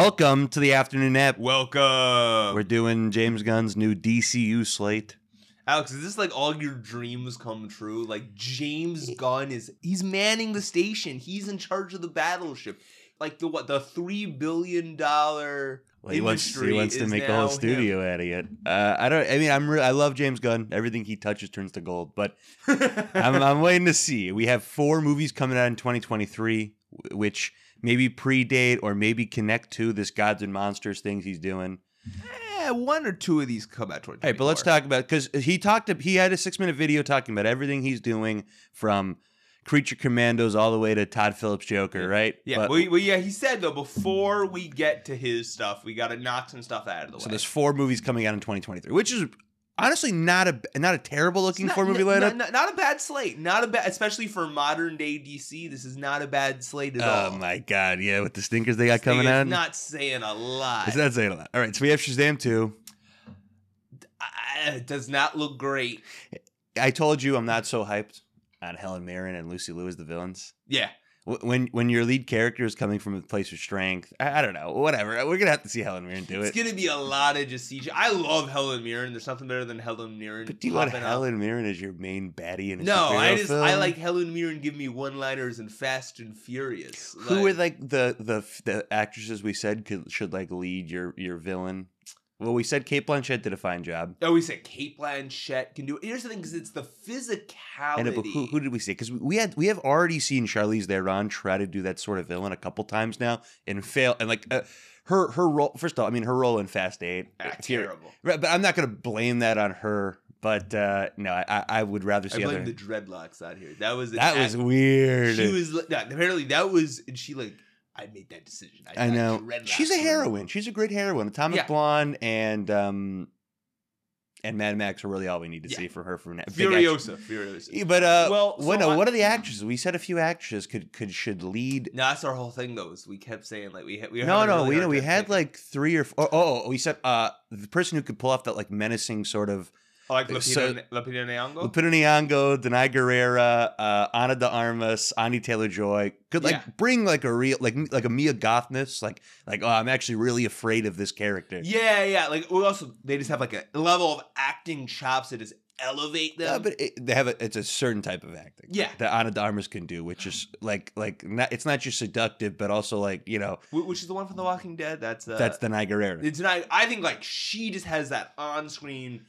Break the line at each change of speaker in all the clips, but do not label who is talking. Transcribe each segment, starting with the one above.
Welcome to the afternoon nap.
Welcome.
We're doing James Gunn's new DCU slate.
Alex, is this like all your dreams come true? Like James Gunn is he's manning the station. He's in charge of the battleship. Like the what the three billion dollar
Well, he wants, he
Industry
wants to
is
make a whole
now him.
studio out of it. Uh, I don't. I mean, I'm. Re- I love James Gunn. Everything he touches turns to gold. But I'm, I'm waiting to see. We have four movies coming out in 2023, wh- which maybe predate or maybe connect to this gods and monsters things he's doing.
Eh, one or two of these come out toward
All right, but let's talk about because he talked. He had a six minute video talking about everything he's doing from Creature Commandos all the way to Todd Phillips Joker, right?
Yeah,
But-
well, well, yeah, he said though, before we get to his stuff, we gotta knock some stuff out of the
so
way.
there's four movies coming out in 2023, which is honestly not a not a terrible
It's
looking
not-
four movie
n-
lineup.
n- Not, a bad slate. Not a bad especially for modern day DC, this is not a bad slate at all.
Oh my god, yeah, with the stinkers they got
This thing
coming
is
out.
Not saying a lot.
it's not saying a lot. All right, so we have Shazam 2.
Ah, it does not look great.
I told you I'm not so hyped on Helen Mirren and Lucy Liu as the villains.
Yeah.
Wh- When when your lead character is coming from a place of strength, I, I don't know, whatever. We're gonna have to see Helen Mirren do
It's
it.
gonna be a lot of just CG. I love Helen Mirren. There's nothing better than Helen Mirren.
But do you want
popping up.
Helen Mirren as your main baddie in a
No, I
superhero
just
film?
I like Helen Mirren. Give me one-liners and Fast and Furious.
who are like the the the actresses we said could, should like lead your your villain. Well, we said Kate Blanchett did a fine job.
Oh, we said Kate Blanchett can do it. Here's the thing, because it's the physicality.
And it- but who, who did we say? Because we had we have already seen Charlize Theron try to do that sort of villain a couple times now and fail. And like uh, her her role, first of all, I mean her role in Fast Eight,
Ah,
here-
terrible.
Right, but I'm not going to blame that on her. But uh, no, I, I- I would rather
I
see other.
blame the dreadlocks out here. That was an
that was
act-
weird.
She was like- no, apparently that was and she like I made that decision. I,
I
got
know.
dreadlocks
She's a
when-
heroine. She's a great heroine. Atomic
Yeah.
Blonde and um, and Mad Max are really all we need to
Yeah.
see from her from now. big action.
Furiosa. Furiosa.
Yeah, But uh, well,
Well,
what,
so
no,
I-
what are the actresses? We said a few actresses could could should lead.
No, that's our whole thing though. Is we kept saying like we had, we were
no,
having a
no,
really
we
hard
know we
time
had
picking.
like three or four oh oh, we said uh, the person who could pull off that like menacing sort of
Oh, like Lupita,
so-
Lupita Nyong'o.
Lupita Nyong'o, Denai Guerrera, uh, Ana de Armas, Ani Taylor Joy could like
Yeah.
bring like a real like like a Mia Gothness like like oh I'm actually really afraid of this character.
yeah, yeah. Like we also they just have like a level of acting chops that just elevate them.
Yeah, but it, they have a, it's a certain type of acting.
Yeah.
that Ana de Armas can do, which is like like not, it's not just seductive, but also like you know
Wh- which is the one from The Walking Dead. That's uh,
that's Denai Guerrera.
it's not. I think like she just has that on-screen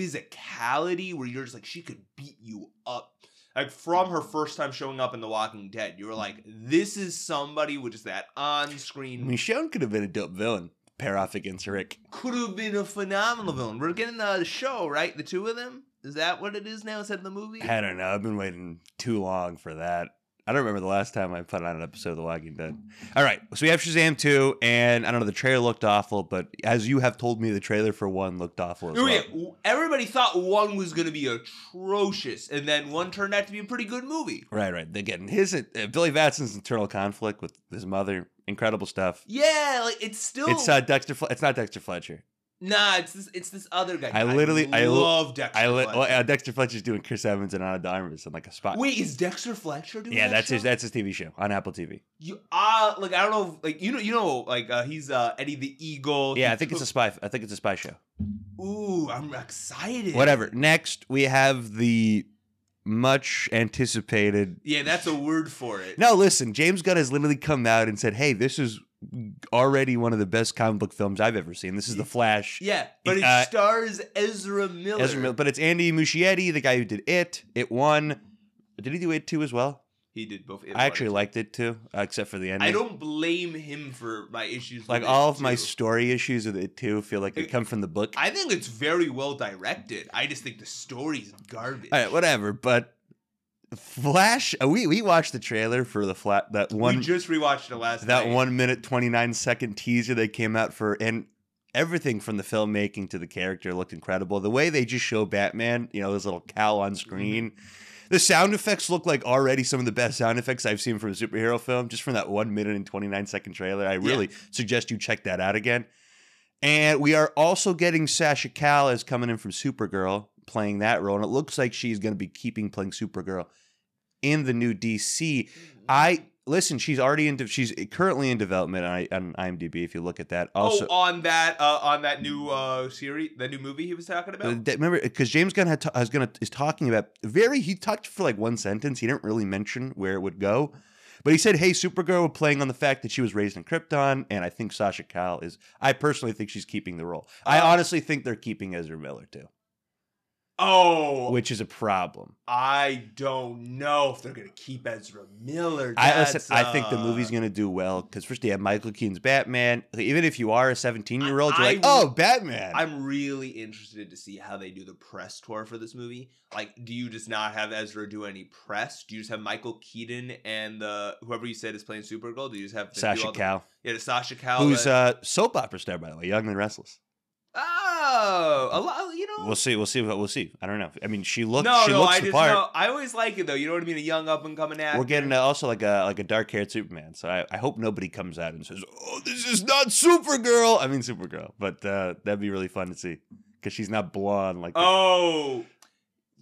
physicality where you're just like she could beat you up. Like from her first time showing up in The Walking Dead, you were like, this is somebody with just that
Mm-hmm. I
on-screen
mean, Sharon could have been a dope villain. Pair off against Rick.
could have been a phenomenal villain. We're getting a show, right? The two of them? Is that what it is now instead of the movie?
I don't know. I've been waiting too long for that. I don't remember the last time I put on an episode of The Walking Dead. All right, so we have Shazam two, and I don't know. The trailer looked awful, but as you have told me, the trailer for one looked awful as
Oh, yeah.
well.
Everybody thought one was going to be atrocious, and then one turned out to be a pretty good movie.
Right, right. Again, his uh, Billy Batson's internal conflict with his mother. Incredible stuff.
Yeah, like it's still
It's uh, Dexter. Fle- it's not Dexter Fletcher.
nah. It's this. It's this other guy.
I literally- I li-
love Dexter.
I li-
Fletcher.
well, uh, Dexter Fletcher's doing Chris Evans and Ana de Armas in like a spot.
Wait, is Dexter Fletcher doing
yeah,
that
that's
show?
his. That's his TV show on Apple TV.
You, uh, like I don't know, if- like you know, you know, like uh, he's uh, Eddie the Eagle.
Yeah,
He
I think it's a
took-
spy. I think it's a spy show.
Ooh, I'm excited.
Whatever. Next, we have the much anticipated.
Yeah, that's a word for it.
No, listen, James Gunn has literally come out and said, "Hey, this is already one of the best comic book films I've ever seen. This is The Flash."
Yeah, but it
Uh,
stars Ezra Miller.
Ezra Miller- but it's Andy Muschietti, the guy who did It. It won. Did he do It too as well?
He did both.
I actually liked it too, uh, except for the ending.
I don't blame him for my issues.
like
with
all
it,
of my
too.
story issues with It too feel like they
It-
come from the book.
I think it's very well directed. I just think the story's garbage.
all right, whatever. But Flash, uh, we we watched the trailer for the flat that one.
we just rewatched it last
that
night.
one minute 29 second teaser they came out for and everything from the filmmaking to the character looked incredible the way they just show batman you know his little cowl
Mm-hmm.
on screen the sound effects look like already some of the best sound effects i've seen from a superhero film just from that one minute and 29 second trailer i really suggest you check that out again and we are also getting sasha cal is coming in from supergirl playing that role and it looks like she's going to be keeping playing supergirl in the new dc I listen, she's already in. De- she's currently in development on, I- on IMDb. If you look at that, also
oh, on that uh, on that new uh, series, the new movie he was talking about.
Uh, that- remember because James Gunn had ta- was gonna is talking about very he talked for like one sentence. He didn't really mention where it would go, but he said, "Hey, Supergirl, we're playing on the fact that she was raised in Krypton, and I think Sasha Kyle is. I personally think she's keeping the role. I
Uh,
honestly think they're keeping Ezra Miller too,
oh,
which is a problem.
I don't know if they're gonna keep Ezra Miller.
I listen.
That's,
I think the
uh,
movie's gonna do well because first you have Michael Keaton's Batman. Even if you are a seventeen year old, you're
I-
like,
I-
oh, Batman.
I'm really interested to see how they do the press tour for this movie. Like, do you just not have Ezra do any press? Do you just have Michael Keaton and the whoever you said is playing Supergirl? Do you just have them do
Sasha
all the-
Cow,
Yeah, the Sasha Cow.
who's
that-
a soap opera star, by the way, Young and Restless.
oh, a lot. You know,
We'll see. We'll see. We'll see. I don't know. I mean, she looks.
no,
she
no,
looks
I
the
just
part.
know. I always like it though. You know what I mean? A young up and coming actor.
We're getting uh also like a like a dark haired Superman. So I, I hope nobody comes out and says, "Oh, this is not Supergirl." I mean, Supergirl, but uh, that'd be really fun to see because she's not blonde like. the-
Oh.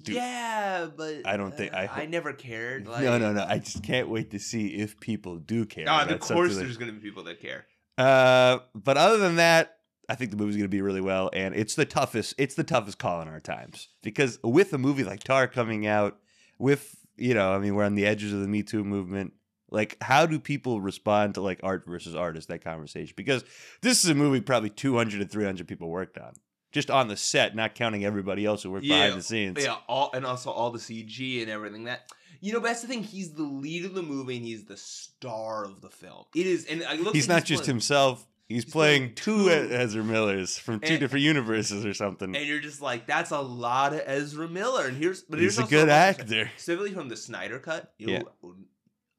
Dude,
yeah, but uh,
I don't think- I
I
hope-
never cared. Like,
no, no, no! I just can't wait to see if people do care.
God, of
That's something
course,
that-
there's gonna be people that care.
Uh, but other than that, I think the movie's going to be really well, and it's the toughest. It's the toughest call in our times because with a movie like Tar coming out, with you know, I mean, we're on the edges of the Me Too movement. Like, how do people respond to like art versus artist that conversation? Because this is a movie probably 200 to 300 people worked on, just on the set, not counting everybody else who worked
Yeah.
behind the scenes.
Yeah, all and also all the CG and everything that you know. But that's the thing. He's the lead of the movie and he's the star of the film. It is, and I look.
He's not just himself. He's,
He's
playing,
playing
two
two-
Ezra Millers from two
And-
different universes or something.
And you're just like, that's a lot of Ezra Miller. And here's, but here's
He's a
also
good
another thing.
actor.
Specifically from the Snyder cut. You
Yeah.
know,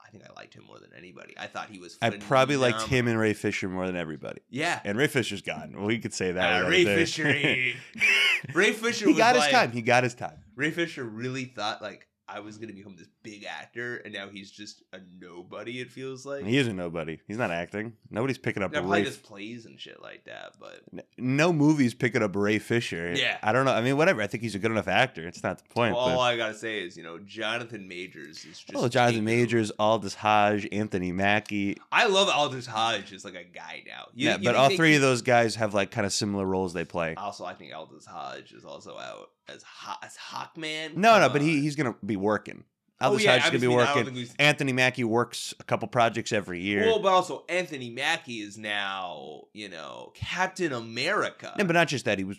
I think I liked him more than anybody. I thought he was.
I probably liked
phenomenal.
him and Ray Fisher more than everybody.
Yeah.
And Ray Fisher's gone. We could say that.
Uh,
right
Ray
there.
Fisher. Ray Fisher.
he
was
got
like-
his time. He got his time.
Ray Fisher really thought like I was gonna become this big actor, and now he's just a nobody. It feels like
He is a nobody. He's not acting. Nobody's picking up
Now, probably
Ray.
just plays and shit like that, but
No movies picking up Ray Fisher.
Yeah.
I don't know. I mean, whatever. I think he's a good enough actor. It's not the point.
all
but
I gotta say is, you know, Jonathan Majors is just
oh, Jonathan
taking
Majors, Aldous Hodge, Anthony Mackie.
over. I love Aldous Hodge as like a guy now. You-
yeah, but
you think Uh,
all
they
three
keep-
of those guys have like kind of similar roles they play.
Also, I think Aldous Hodge is also out as Ho- as Hawkman.
No,
Come
no, but
on.
he, he's gonna be working.
uh, Oh,
Aldous
yeah,
Hodge's
I
gonna
just
be
mean, I don't
working.
think he's-
Anthony Mackie works a couple projects every year.
Well, but also Anthony Mackie is now you know Captain America.
No, but not just that. He was.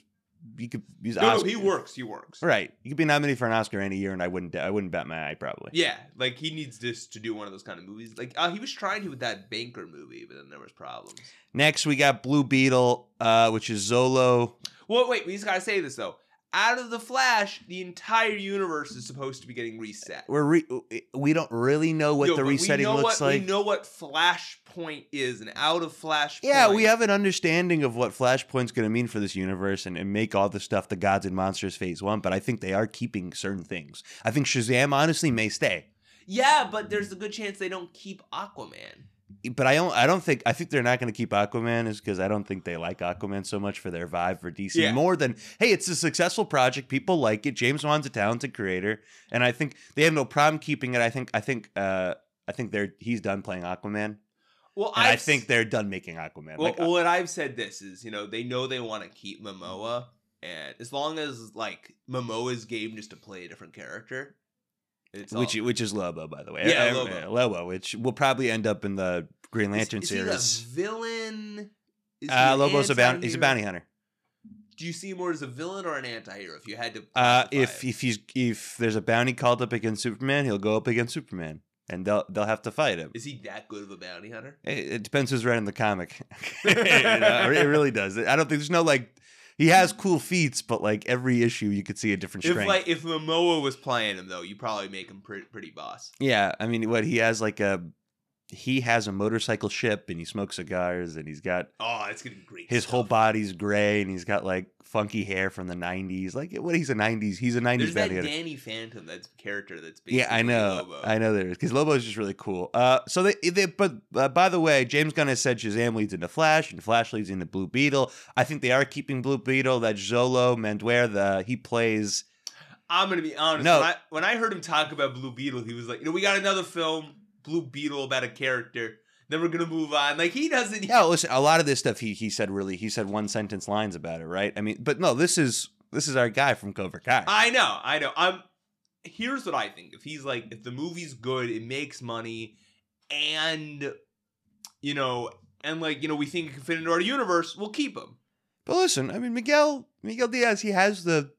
You could. He's
no, no,
Oscar.
he works. He works.
Right. You could be nominated for an Oscar any year, and I wouldn't. I wouldn't bat my eye probably.
Yeah, like he needs this to do one of those kind of movies. Like uh, he was trying to with that banker movie, but then there was problems.
Next, we got Blue Beetle, uh, which is Zolo.
Well, wait, we just gotta say this though. Out of the Flash, the entire universe is supposed to be getting reset.
We're re- we don't really know what
Yo,
the
but we
resetting
know
looks
what-
like.
We know what Flashpoint is, and out of Flashpoint.
yeah, we have an understanding of what Flashpoint's going to mean for this universe and, and make all the stuff the gods and monsters phase one, but I think they are keeping certain things. I think Shazam honestly may stay.
Yeah, but there's a good chance they don't keep Aquaman.
but I don't. I don't think. I think they're not going to keep Aquaman is because I don't think they like Aquaman so much for their vibe for DC
Yeah.
more than hey, it's a successful project. People like it. James Wan's a talented creator, and I think they have no problem keeping it. I think. I think. uh I think they're he's done playing Aquaman, and
Well,
i
I've s-
think they're done making Aquaman.
Well,
Like, uh,
well, what I've said this is, you know, they know they want to keep Momoa, and as long as like Momoa's game is to play a different character, it's
which
all-
which is Lobo, by the way.
Yeah,
Eh, eh,
Lobo.
eh, Lobo, which will probably end up in the Green
Is-
Lantern
is
series.
He a villain? Is he
uh,
an
Lobo's a bounty. He's a
antihero?
bounty hunter.
Do you see him more as a villain or an anti-hero if you had to?
Uh,
classify
if
him?
if he's if there's a bounty called up against Superman, he'll go up against Superman, and they'll they'll have to fight him.
is he that good of a bounty hunter?
It, it depends who's writing the comic. You know, it really does. I don't think there's no like. He has cool feats, but like every issue, you could see a different
If
strength.
like if Momoa was playing him though, you probably make him pretty, pretty boss.
yeah, I mean, what he has like a he has a motorcycle ship, and he smokes cigars, and he's got
Oh, it's gonna be great.
his
stuff.
whole body's gray, and he's got like funky hair from the '90s. Like, what? He's a '90s. He's a '90s
There's that
bounty hunter.
Danny Phantom that's character that's
Yeah, I
basically
know.
Lobo.
I know there is because Lobo is just really cool. Uh, so they, they but uh, by the way, James Gunn has said Shazam leads into Flash and Flash leads into Blue Beetle. I think they are keeping Blue Beetle. That Zolo Manduer, the he plays.
I'm gonna be honest.
No.
When I, when I heard him talk about Blue Beetle, he was like, "You know, we got another film. Blue Beetle about a character. Then we're gonna move on. Like he doesn't.
Yeah, listen, a lot of this stuff he he said really he said one sentence lines about it, right? I mean, but no, this is this is our guy from Cobra Kai.
I know, I know. I'm. Here's what I think. If he's like, if the movie's good, it makes money, and you know, and like you know, we think it can fit into our universe. We'll keep him.
but listen, I mean Miguel Miguel Diaz, he has the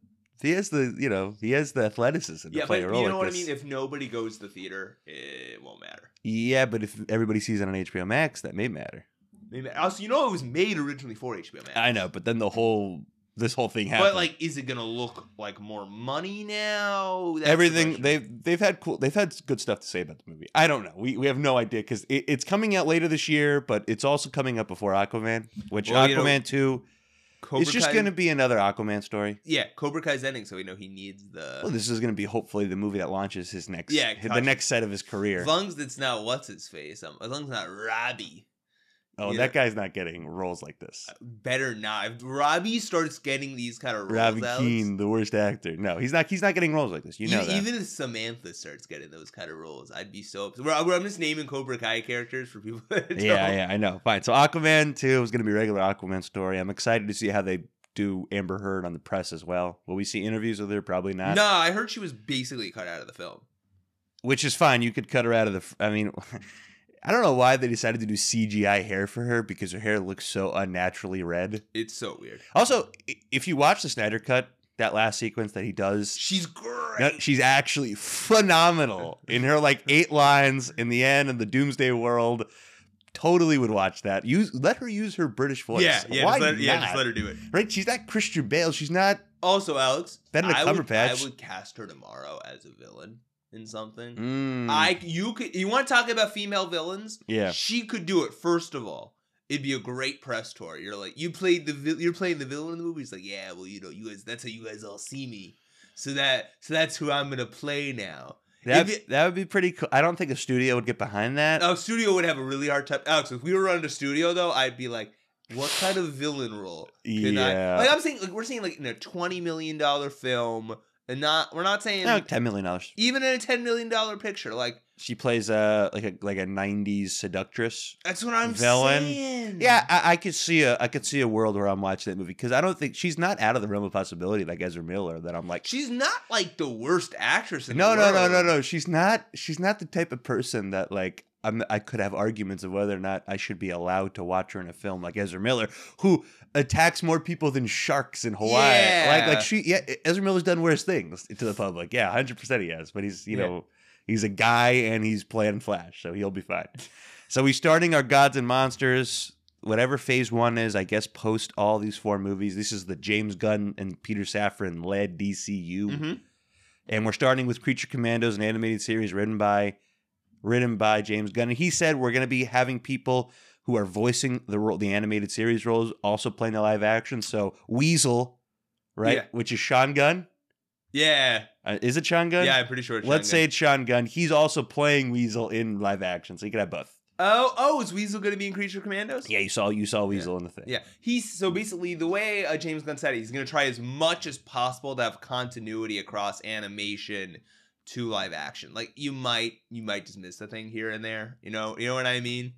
he has the you know he has the athleticism
Yeah,
to play
but
a
you know
role like
what I
this.
mean. If nobody goes to the theater, it won't matter.
yeah, but if everybody sees it on HBO Max, that may matter.
Maybe- Also, you know, it was made originally for HBO Max.
I know, but then the whole this whole thing happened.
But like, is it gonna look like more money now? That's the
everything
question.
they've they've had cool they've had good stuff to say about the movie. I don't know. We we have no idea because it, it's coming out later this year, but it's also coming up before Aquaman, which
Well, you know,
Aquaman two.
Cobra
it's just
Kai-
going to be another Aquaman story.
yeah. Cobra Kai's ending, so we know he needs the.
Well, this is going to be hopefully the movie that launches his next
Uh, Yeah,
hi- the
gotcha.
next set of his career.
as long as it's not what's his face, um, as long as it's not Robbie,
oh,
yeah. Uh,
that guy's not getting roles like this.
better not. If Robbie starts getting these kind of roles,
Robbie
Alex,
Keane, the worst actor. No, he's not. He's not getting roles like this. You
even,
know that.
even if Samantha starts getting those kind of roles, I'd be so upset. We're, we're- I'm just naming Cobra Kai characters for people. That don't-
yeah, yeah, I know. Fine. So Aquaman 2 is going to be a regular Aquaman story. I'm excited to see how they do Amber Heard on the press as well. Will we see interviews with her? Probably not.
No, I heard she was basically cut out of the film.
Which is fine. You could cut her out of the. f- I mean, I don't know why they decided to do CGI hair for her because her hair looks so unnaturally red.
It's so weird.
Also, i- if you watch the Snyder Cut, that last sequence that he does.
She's
no,
great.
she's actually phenomenal in her like eight lines in the end of the Doomsday World. Totally would watch that. Use let her use her British voice.
yeah, yeah,
Why
just let,
not?
yeah, just let her do it.
Right? She's not Christian Bale. She's not.
Also, Alex,
Benedict
I would, I
Cumberbatch.
would cast her tomorrow as a villain in something.
Mm,
I you could you want to talk about female villains?
yeah.
she could do it. First of all, it'd be a great press tour. You're like you played the vil- you're playing the villain in the movie. It's like yeah, well you know you guys that's how you guys all see me. So that so that's who I'm gonna play now.
That
if it-
that would be pretty cool. I don't think a studio would get behind that.
Oh, studio would have a really hard time. Alex, if we were running a studio though, I'd be like, what kind of villain role? could
yeah.
I, like I'm saying, like we're saying like in a twenty million dollar film, and not we're not saying
No, ten million dollars.
even in a ten million dollar picture. Like
She plays a like a like a '90s seductress.
that's what I'm
Villain.
saying.
Yeah, I, I could see a I could see a world where I'm watching that movie because I don't think she's not out of the realm of possibility like Ezra Miller that I'm like
she's not like the worst actress in
no
the
no
world.
no no no she's not she's not the type of person that like I'm, I could have arguments of whether or not I should be allowed to watch her in a film like Ezra Miller who attacks more people than sharks in Hawaii like
Yeah.
like she yeah E-, Ezra Miller's done worse things to the public yeah 100% he has but he's you
Yeah.
know he's a guy and he's playing Flash so he'll be fine so we starting our gods and monsters whatever phase one is I guess post all these four movies this is the James Gunn and Peter Safran led DCU
Mhm.
and we're starting with Creature Commandos, an animated series written by written by James Gunn. And he said we're going to be having people who are voicing the role, the animated series roles, also playing the live action. So Weasel, right,
Yeah.
which is Sean Gunn.
Yeah,
Uh, is it Sean Gunn?
yeah, I'm pretty sure. It's
Let's
Shangan.
say it's Sean Gunn. He's also playing Weasel in live action, so you could have both.
Oh, oh, is Weasel gonna be in Creature Commandos?
Yeah, you saw you saw Weasel in the thing.
yeah. He's so basically the way uh, James Gunn said it, he's gonna try as much as possible to have continuity across animation to live action. Like you might, you might just miss a thing here and there. You know, you know what I mean.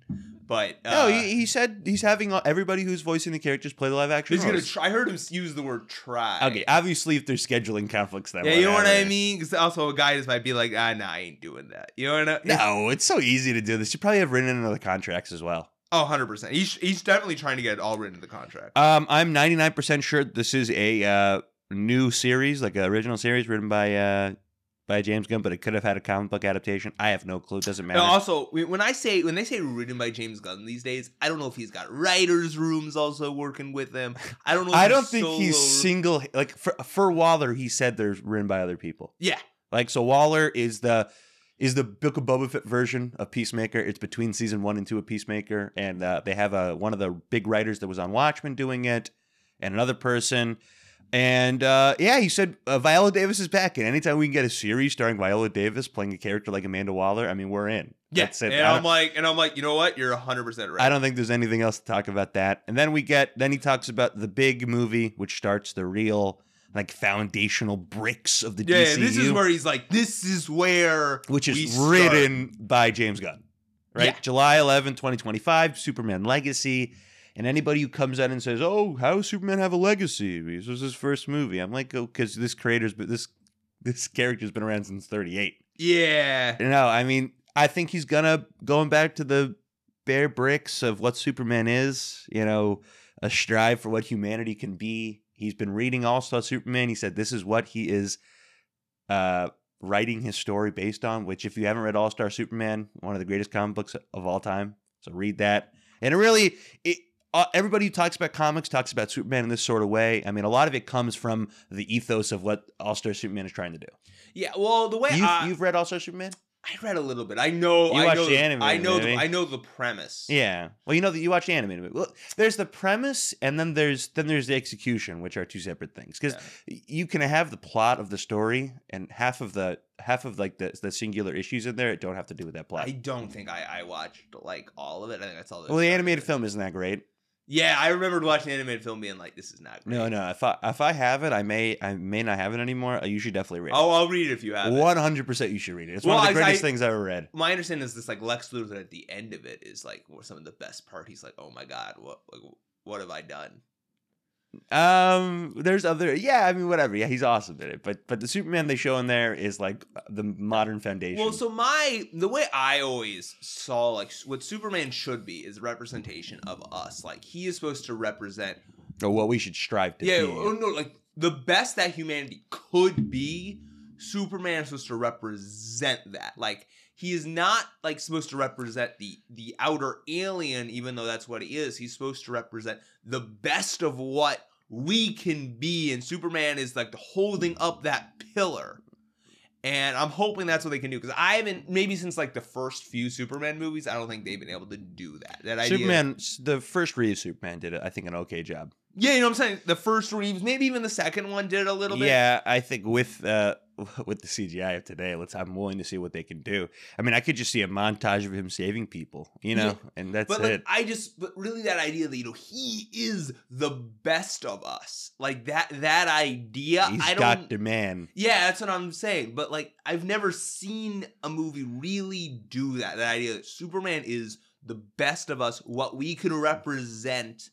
But uh,
No, he, he said he's having all- everybody who's voicing the characters play the live action.
he's gonna.
roles.
Try, I heard him s- use the word try.
okay, obviously, if there's scheduling conflicts, then
Yeah, you know what I
whatever.
mean. Because also a guy just might be like, ah, nah, I ain't doing that. You know what I mean?
No, it's so easy to do this. You probably have written in other contracts as well.
Oh, 100 percent. He's he's definitely trying to get it all written in the contract.
Um, I'm 99% sure this is a uh, new series, like an original series written by uh, by James Gunn, but it could have had a comic book adaptation. I have no clue. Doesn't matter.
And also, when when I say when they say written by James Gunn these days, I don't know if he's got writers' rooms also working with him. I don't know. If
I
he's
don't think he's
solo-
single. Like for for Waller, he said they're written by other people.
Yeah,
Like so, Waller is the is the Book of Boba Fett version of Peacemaker. It's between season one and two of Peacemaker, and uh, they have a one of the big writers that was on Watchmen doing it, and another person. And uh, yeah, he said uh, Viola Davis is back, and anytime we can get a series starring Viola Davis playing a character like Amanda Waller, I mean, we're in.
yeah.
That's it.
And
I
I'm
don't-
like, and I'm like, you know what? You're 100 percent right.
I don't think there's anything else to talk about that. And then we get then he talks about the big movie, which starts the real like foundational bricks of the
Yeah, yeah,
DCU,
this is where he's like, this is where
which
we
is
start.
written by James Gunn. Right?
Yeah.
July 11, 2025, Superman Legacy. And anybody who comes out and says, "Oh, how does Superman have a legacy? This was his first movie." I'm like, "Oh, cuz this creator's but this this character's been around since 38."
Yeah.
No, I mean, I think he's gonna going back to the bare bricks of what Superman is. You know, a strive for what humanity can be. He's been reading All Star Superman. He said this is what he is uh, writing his story based on. Which, if you haven't read All Star Superman, one of the greatest comic books of all time, so read that. And it really, it uh, everybody who talks about comics talks about Superman in this sort of way. I mean, a lot of it comes from the ethos of what All Star Superman is trying to do.
Yeah. Well, the way
You've,
I,
you've read All Star Superman.
I read a little bit. I know.
You
I
watch
know,
the anime,
I know. The,
maybe.
I know the premise.
Yeah. Well, you know that you watch the anime. but Well, there's the premise, and then there's then there's the execution, which are two separate things. Because you can have the plot of the story, and half of the half of like the the singular issues in there it don't have to do with that plot.
I don't think I, I watched like all of it. I think I saw the.
well, the
start of
animated
it.
film isn't that great.
Yeah, I remembered watching the animated film being like, "This is not great."
No, no. If I if I have it, I may I may not have it anymore. You should definitely read
I'll, I'll read it if you
it.
have it.
One hundred percent, you should read it. It's
Oh, Well,
one of the
I-
greatest
I-
things I ever read.
My understanding is this: like Lex Luthor at the end of it is like some of the best part. He's like, "Oh my god, what like, what have I done?"
Um, there's other yeah. I mean, whatever. Yeah, he's awesome in it. But but the Superman they show in there is like the modern foundation.
Well, so my the way I always saw like s- what Superman should be is representation of us. Like he is supposed to represent
or what we should strive to
yeah,
be.
oh no, like the best that humanity could be, Superman is supposed to represent that. Like he is not like supposed to represent the the outer alien, even though that's what he is. He's supposed to represent the best of what we can be, and Superman is like holding up that pillar. And I'm hoping that's what they can do because I haven't maybe since like the first few Superman movies, I don't think they've been able to do that. That idea.
Superman, s- the first Reeve Superman did, I think, an okay job.
yeah, you know what I'm saying. The first Reeves, maybe even the second one did it a little bit.
Yeah, I think with uh, with the CGI of today, let's. I'm willing to see what they can do. I mean, I could just see a montage of him saving people, you know, and that's
but like
it.
I just but really that idea that you know he is the best of us. Like that that idea
He's
I don't
got demand.
Yeah, that's what I'm saying. But like I've never seen a movie really do that. That idea that Superman is the best of us, what we can represent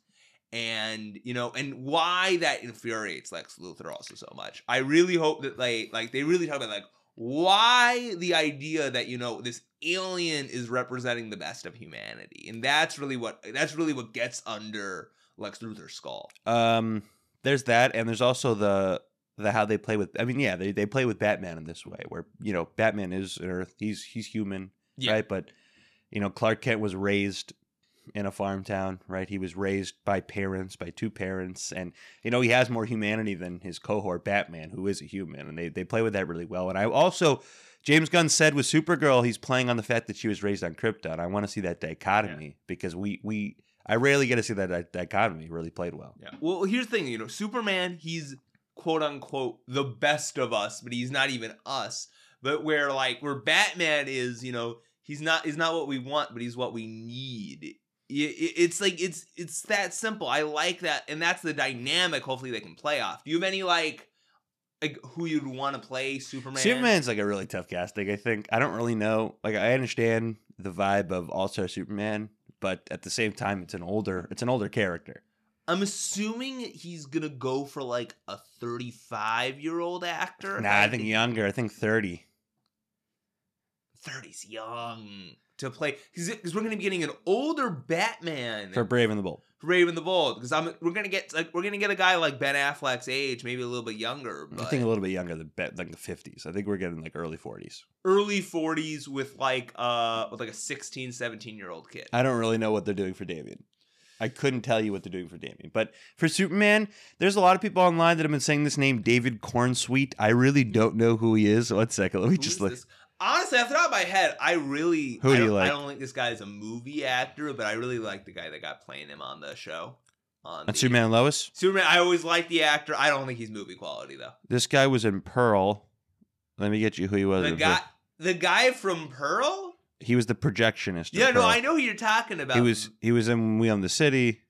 and you know and why that infuriates Lex Luthor also so much. I really hope that they like they really talk about like why the idea that you know this alien is representing the best of humanity and that's really what that's really what gets under lex luthor's skull
Um, there's that, and there's also the the how they play with. I mean, yeah, they they play with Batman in this way, where you know Batman is an Earth. He's he's human,
Yeah.
right? But you know, Clark Kent was raised in a farm town, right? He was raised by parents, by two parents, and you know he has more humanity than his cohort Batman, who is a human, and they they play with that really well. And I also. James Gunn said with Supergirl, he's playing on the fact that she was raised on Krypton. I want to see that dichotomy because we, we I rarely get to see that di- dichotomy really played well.
Yeah. Well, here's the thing, you know, Superman, he's quote unquote the best of us, but he's not even us. But where like where Batman is, you know, he's not he's not what we want, but he's what we need. I- i- It's like it's it's that simple. I like that, and that's the dynamic. Hopefully, they can play off. Do you have any like like who you'd want to play Superman?
Superman's like a really tough casting, I think. I don't really know. Like I understand the vibe of All Star Superman, but at the same time it's an older it's an older character.
I'm assuming he's gonna go for like a 35 year old actor.
Nah, I think younger, I think thirty.
30s young to play because we're gonna be getting an older Batman
For
for
Brave and the Bold.
Raven the Bold because I'm we're gonna get like we're gonna get a guy like Ben Affleck's age, maybe a little bit younger,
I
but
think a little bit younger than ba- like the fifties. I think we're getting like early forties.
early 40s with like uh with like a 16, 17 year old kid.
I don't really know what they're doing for Damien. I couldn't tell you what they're doing for Damien. But for Superman, there's a lot of people online that have been saying this name David Cornsweet. I really don't know who he is. One second, let me
Who
just
is
look.
this? Honestly, off the top of my head, I really
Who
I
do you
don't-
like?
I don't think this guy is a movie actor, but I really like the guy that got playing him on the show. On
On
the-
Superman and Lois?
Superman, I always like the actor. I don't think he's movie quality though.
This guy was in Pearl. Let me get you who he was.
The
in
guy,
Pearl.
the guy from Pearl.
He was the projectionist. in
Yeah, no,
Pearl.
I know who you're talking about.
He was he was in We on the City.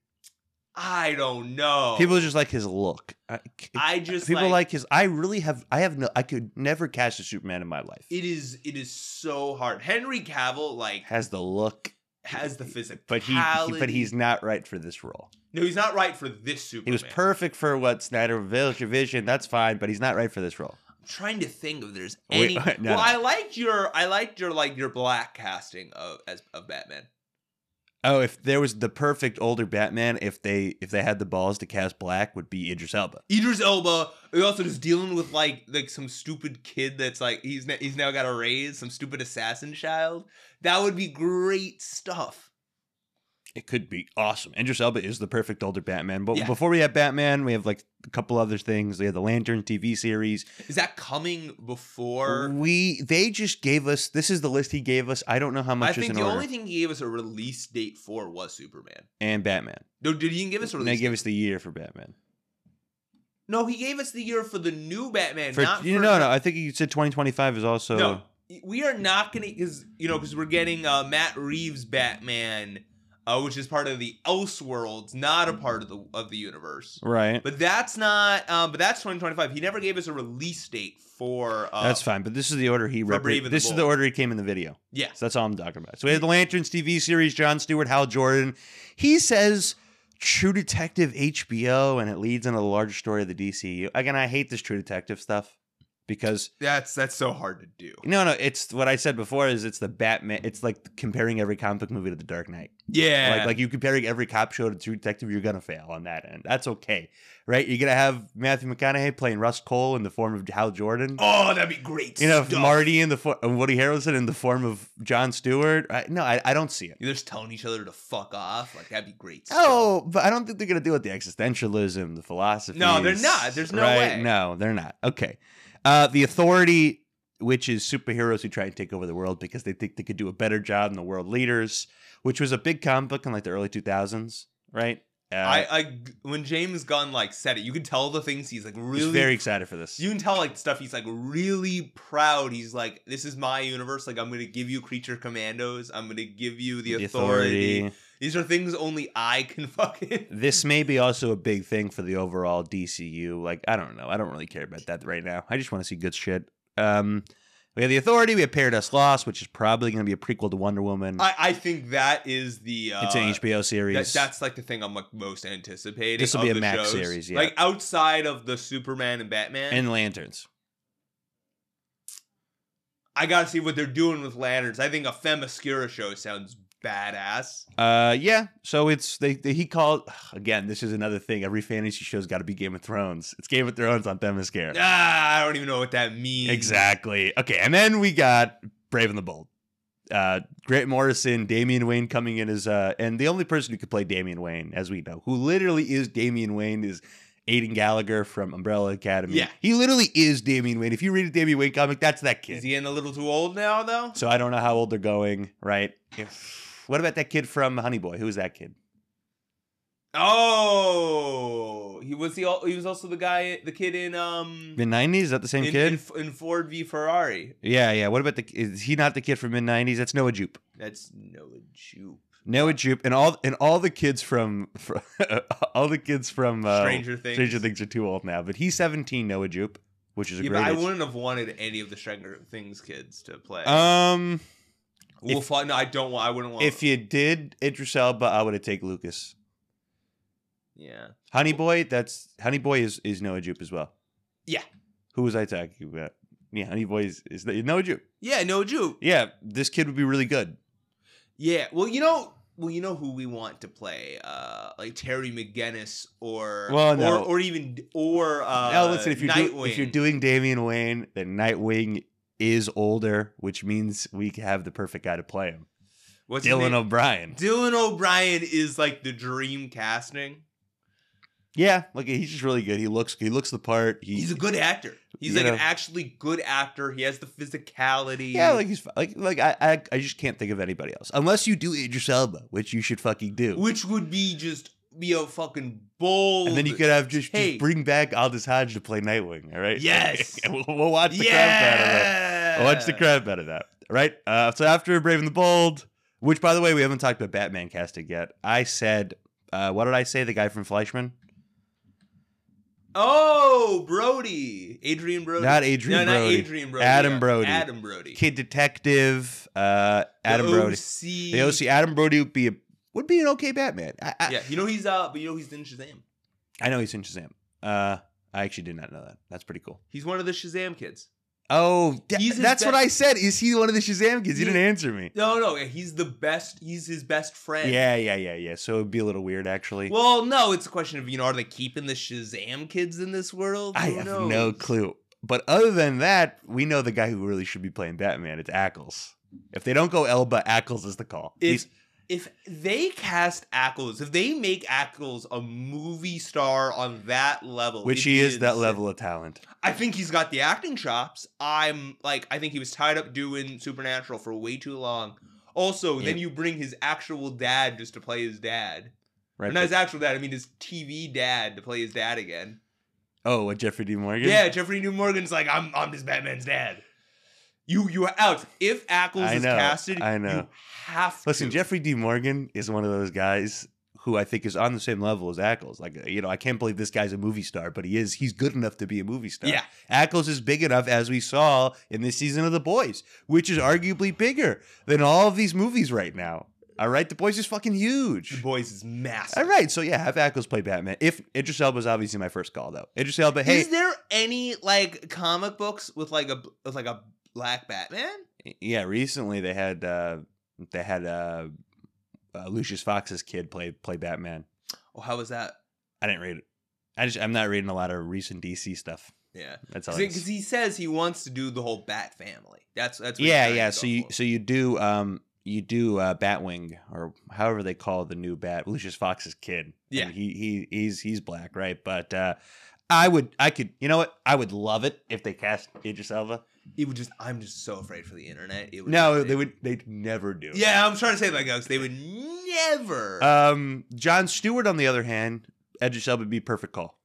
I don't know.
People just like his look. I,
Oh. I just
people
like,
like his. I really have. I have no. I could never cast a Superman in my life.
it is it is so hard. Henry Cavill like
Has the look,
has the physicality,
but he, he- but he's not right for this role.
no, he's not right for this Superman.
He was perfect for what Snyder Vision. That's fine, but he's not right for this role.
I'm trying to think if there's
Wait,
any.
no, no.
well, I liked your I liked your like your black casting of as of Batman.
Oh, if there was the perfect older Batman, if they if they had the balls to cast Black, would be Idris Elba.
Idris Elba is also just dealing with like like some stupid kid that's like he's na- he's now got a raise some stupid assassin child. That would be great stuff.
It could be awesome. Idris Elba is the perfect older Batman. But
Yeah.
before we have Batman, we have like a couple other things. We have the Lantern TV series.
Is that coming before?
we they just gave us this is the list he gave us. I don't know how
I
much is
think
in
the
order.
only thing he gave us a release date for was Superman.
and Batman.
No, did he give us a
And they
release?
gave
date?
us the year for Batman.
no, he gave us the year for the new Batman.
For,
not
you
for
no, no. I think you said 2025 is also
no, we are not gonna because you know because we're getting uh, Matt Reeves Batman, uh, which is part of the Elseworlds, not a part of the of the universe.
right.
But that's not. Um, but that's 2025. He never gave us a release date for. Uh,
that's fine, but this is the order he
for
represented.
Brave and the
This is the
Bold.
order he came in the video.
Yeah.
So that's all I'm talking about. So we have the Lanterns TV series, John Stewart, Hal Jordan. He says True Detective HBO, and it leads into the larger story of the DCU. Again, I hate this True Detective stuff because
That's that's so hard to do.
no, no, it's what I said before is it's the Batman. It's like comparing every comic book movie to The Dark Knight.
Yeah.
Like, like you comparing every cop show to True Detective, you're gonna fail on that end. That's okay, right? You're gonna have Matthew McConaughey playing Russ Cole in the form of Hal Jordan.
oh, that'd be great.
you know,
stuff.
Marty in the form, Woody Harrelson in the form of John Stewart. I, no, I, I don't see it.
You're just telling each other to fuck off. Like that'd be great. stuff.
Oh, but I don't think they're gonna deal with the existentialism, the philosophy.
No, they're not. There's no way.
No, they're not. Okay, uh, the authority, which is superheroes who try and take over the world because they think they could do a better job than the world leaders, which was a big comic book in like the early 2000s, right? Uh,
I, I when James Gunn like said it, you could tell the things he's like
was
really
very excited for this.
you can tell like stuff he's like really proud. He's like, This is my universe, like I'm gonna give you creature commandos, I'm gonna give you the, authority. These are things only I can fucking
This may be also a big thing for the overall DCU. Like, I don't know. I don't really care about that right now. I just want to see good shit. Um, we have the authority. We have Paradise Lost, which is probably going to be a prequel to Wonder Woman.
I, I think that is the uh
it's an HBO series.
that, that's like the thing I'm like most anticipating.
This'll
of
be a
the
Max
shows.
series, yeah.
Like outside of the Superman and Batman,
and Lanterns.
I gotta see what they're doing with lanterns. I think a Femascura show sounds badass.
Uh, yeah. So it's they, they he called again. This is another thing. Every fantasy show's got to be Game of Thrones. It's Game of Thrones on Themyscira.
Ah, I don't even know what that means.
Exactly. Okay, and then we got Brave and the Bold. Uh, Grant Morrison, Damian Wayne coming in as uh, and the only person who could play Damian Wayne, as we know, who literally is Damian Wayne, is Aiden Gallagher from Umbrella Academy.
Yeah.
he literally is Damian Wayne. If you read a Damian Wayne comic, that's that
Is
kid.
he getting a little too old now, though?
so I don't know how old they're going, right? If, what about that kid from Honey Boy? Who was that kid?
Oh, he was the al- he was also the guy, the kid in um
Mid nineties? Is that the same
in,
kid?
in, F- in Ford v Ferrari.
yeah, yeah. What about the? Is he not the kid from mid nineties? That's Noah Jupe.
That's Noah Jupe.
Noah Jupe and all and all the kids from, from all the kids from uh,
Stranger Things.
Stranger Things are too old now, but he's 17. Noah Jupe, which is a
Yeah, but
great.
I
age.
wouldn't have wanted any of the Stranger Things kids to play.
um,
we'll
if-
fi- No, I don't want. I wouldn't want.
if you did Idris Elba, I would have taken Lucas.
yeah,
Honey Boy, that's Honey Boy is is Noah Jupe as well.
Yeah.
Who was I talking about? Yeah, Honey Boy is, is Noah Jupe.
yeah, Noah Jupe.
Yeah, this kid would be really good.
Yeah. Well, you know, well, you know who we want to play, uh, like Terry McGinnis or
Well, no.
or, or even or uh,
now listen, if you're do,
Nightwing.
if you're doing Damian Wayne, then Nightwing is older, which means we have the perfect guy to play him.
What's his
Dylan
name?
O'Brien.
Dylan O'Brien is like the dream casting.
Yeah, look, he's just really good. He looks, he looks the part. He,
He's a good actor. He's
You
like an
know.
actually good actor. He has the physicality.
yeah, like he's fi- like like I, I I just can't think of anybody else unless you do Idris Elba, which you should fucking do.
which would be just be a fucking bold.
and then you could have just,
Hey.
just bring back Aldous Hodge to play Nightwing. All right.
Yes.
And we'll, we'll watch the crap out of that.
yeah.
We'll watch the crap out of that. Right. Uh, so after Brave and the Bold, which by the way we haven't talked about Batman casting yet, I said uh, what did I say? The guy from Fleischman?
Oh, Brody, Adrian Brody.
Not Adrian
no,
Brody.
Not Adrian Brody.
Adam
yeah.
Brody.
Adam Brody.
Kid Detective, uh, Adam
the
Brody.
OC.
The OC Adam Brody would be a, would be an okay Batman. I, I,
Yeah, you know he's uh, but you know he's in Shazam.
I know he's in Shazam. Uh, I actually did not know that. That's pretty cool.
He's one of the Shazam kids.
Oh, da-
He's his
that's what
best-
I said. Is he one of the Shazam kids? You
He-
didn't answer me.
No, no, yeah, he's the best. He's his best friend.
Yeah, yeah, yeah, yeah. So it'd be a little weird, actually.
Well, no, it's a question of you know are they keeping the Shazam kids in this world?
I
Who
have no
knows?
clue. But other than that, we know the guy who really should be playing Batman. It's Ackles. If they don't go Elba, Ackles is the call.
If
He's-
if they cast Ackles, if they make Ackles a movie star on that level,
which
it'd
he
be
is that
insane.
level of talent.
I think he's got the acting chops. I'm like, I think he was tied up doing Supernatural for way too long. Also, then
Yeah.
you bring his actual dad just to play his dad. Or
Right.
Not his
But-
actual dad, I mean his TV dad to play his dad again.
oh, what Jeffrey D. Morgan?
Yeah, Jeffrey New Morgan's like, I'm I'm just Batman's dad. You you are out. If Ackles
I
is
know,
casted,
I know.
you have
Listen,
to.
Jeffrey D. Morgan is one of those guys who I think is on the same level as Ackles. Like, you know, I can't believe this guy's a movie star, but he is. He's good enough to be a movie star.
Yeah.
Ackles is big enough, as we saw in this season of The Boys, which is arguably bigger than all of these movies right now. All right, The Boys is fucking huge.
The boys is massive.
All right, so yeah, have Ackles play Batman. If Idris Elba was obviously my first call though. Idris Elba, hey,
Is there any like comic books with like a with like a black Batman?
yeah, recently they had uh they had uh, uh Lucius Fox's kid play play Batman.
Oh, how was that?
I didn't read it. I just I'm not reading a lot of recent DC stuff.
Yeah.
That's all. it
Because
is.
he says he wants to do the whole Bat family. That's that's what he's
Yeah,
trying
yeah.
to
So
go
you
for.
so you do um you do uh Batwing or however they call the new Bat Lucius Fox's kid.
Yeah.
And he he he's he's black, right? But uh I would I could you know what? I would love it if they cast Idris Elba.
it would just I'm just so afraid for the internet. It would
No,
just-
they would. They'd never do. it.
Yeah, I'm trying to say that because they would never.
Um, John Stewart, on the other hand, Edge Elba would be perfect call.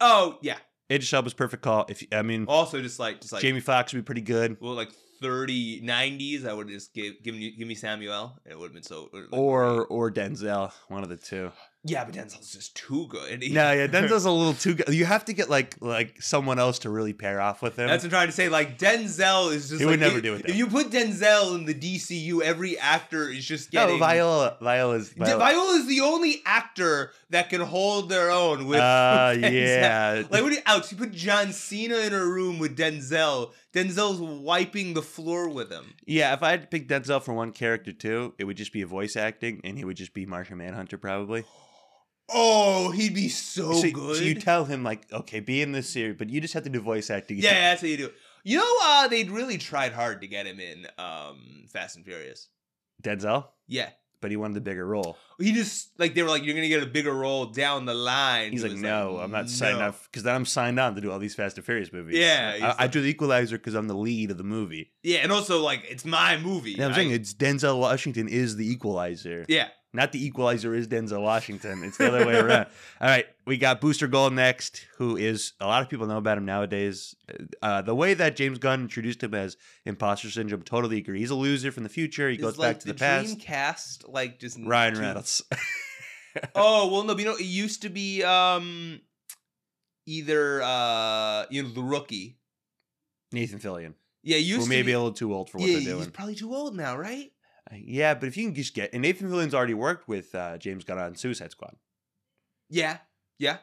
oh yeah.
Edge Elba's perfect call. If I mean,
Also, just like just like
Jamie Foxx would be pretty good,
well, like 30 90s, I would just give give me give me Samuel. and It would have been so. it would've been
or
great.
or Denzel, one of the two.
yeah, but Denzel's just too good.
No, yeah, Denzel's a little too good. You have to get like like someone else to really pair off with him.
That's what I'm trying to say. Like Denzel is just.
He would
like,
never
if-
do it, though.
If you put Denzel in the DCU, every actor is just
no,
getting
Viola, Viola's.
Viola.
Viola.
is the only actor that can hold their own with.
Uh,
with Denzel.
yeah.
Like, what do you, Alex, you put John Cena in a room with Denzel. Denzel's wiping the floor with him.
yeah, if I had to pick Denzel for one character too, it would just be a voice acting, and he would just be Martian Manhunter probably.
Oh, he'd be so,
so,
good.
so you tell him like, okay, be in this series, but you just have to do voice acting.
yeah, that's how you do it. You know, uh, they'd really tried hard to get him in um, Fast and Furious.
Denzel,
Yeah.
but he wanted the bigger role.
He just, like, they were like, you're going to get a bigger role down the line.
He's
He
like,
was
no, I'm not signing
"No."
up because then I'm signed on to do all these Fast and Furious movies.
Yeah,
I,
he's
I do the Equalizer because I'm the lead of the movie.
Yeah, and also, like, it's my movie.
And I'm
I-
saying it's Denzel Washington is the Equalizer,
yeah.
not the Equalizer is Denzel Washington. It's the other way around. All right, we got Booster Gold next, who is a lot of people know about him nowadays. Uh, the way that James Gunn introduced him as imposter syndrome, totally agree. He's a loser from the future. He
Is,
goes
like
back to the,
dream
past.
cast, like, just.
Ryan
too-
Reynolds.
oh well no but you know it used to be um either uh you know the rookie
Nathan Fillion,
yeah it used
who may
to
be
be
a little too old for what
yeah
they're doing.
he's probably too old now right
Yeah, but if you can just get and Nathan Fillion's already worked with uh, James Gunn on Suicide Squad.
yeah yeah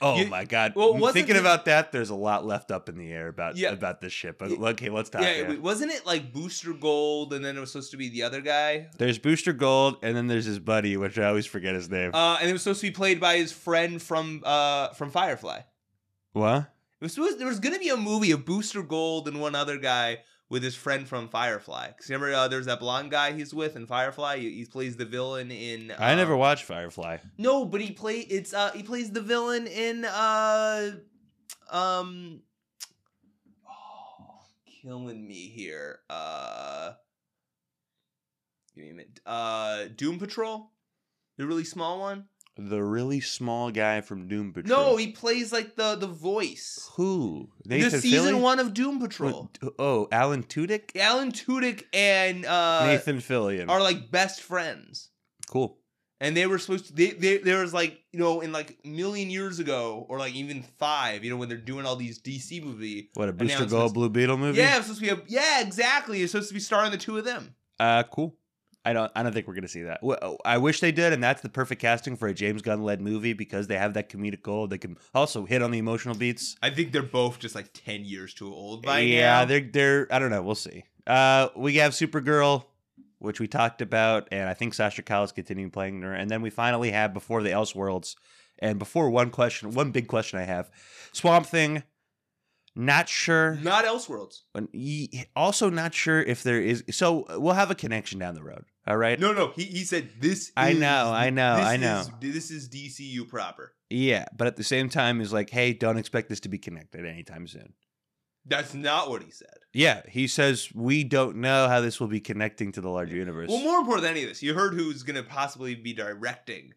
Oh
You-
my God!
well,
Mm,
wasn't
Thinking
it-
about that, there's a lot left up in the air about
Yeah.
about this shit. But
Y-
okay, let's talk.
yeah
yeah.
it- wasn't it like Booster Gold and then it was supposed to be the other guy
There's Booster Gold, and then there's his buddy, which I always forget his name.
uh and it was supposed to be played by his friend from uh from Firefly it
what?
was supposed there was gonna be a movie of Booster Gold and one other guy with his friend from Firefly because remember uh, there's that blonde guy he's with in Firefly he, he plays the villain in
I never
um,
watched Firefly.
No, but he play it's uh he plays the villain in uh um oh, killing me here. Uh give me a minute. Uh Doom Patrol? The really small one?
The really small guy from Doom Patrol.
No, he plays like the the voice.
who?
the season one of Doom Patrol.
Oh, Alan Tudyk.
Alan Tudyk and uh
Nathan Fillion.
are like best friends.
cool.
and they were supposed to they, they there was like you know in like million years ago or like even five you know when they're doing all these dc movie
What a Booster
Announcements.
Gold Blue Beetle movie?
yeah it's supposed to be a yeah exactly it's supposed to be starring the two of them
Uh, cool. I don't. I don't think we're gonna see that. Well, I wish they did, and that's the perfect casting for a James Gunn led movie because they have that comedic gold. They can also hit on the emotional beats.
i think they're both just like 10 years too old by
yeah,
now.
they're they're. I don't know. We'll see. Uh, we have Supergirl, which we talked about, and I think Sasha Kyle is continuing playing her. And then we finally have before the Elseworlds, and before one question, one big question I have, Swamp Thing. Not sure.
not elseworlds
and ye- Also, not sure if there is. So we'll have a connection down the road. All right.
no no he, he said this
I
is-
know, I know,
this
I know.
is- this is dcu proper
Yeah, but at the same time, is like, hey, don't expect this to be connected anytime soon.
that's not what he said
Yeah, he says we don't know how this will be connecting to the larger universe.
well more important than any of this you heard who's gonna possibly be directing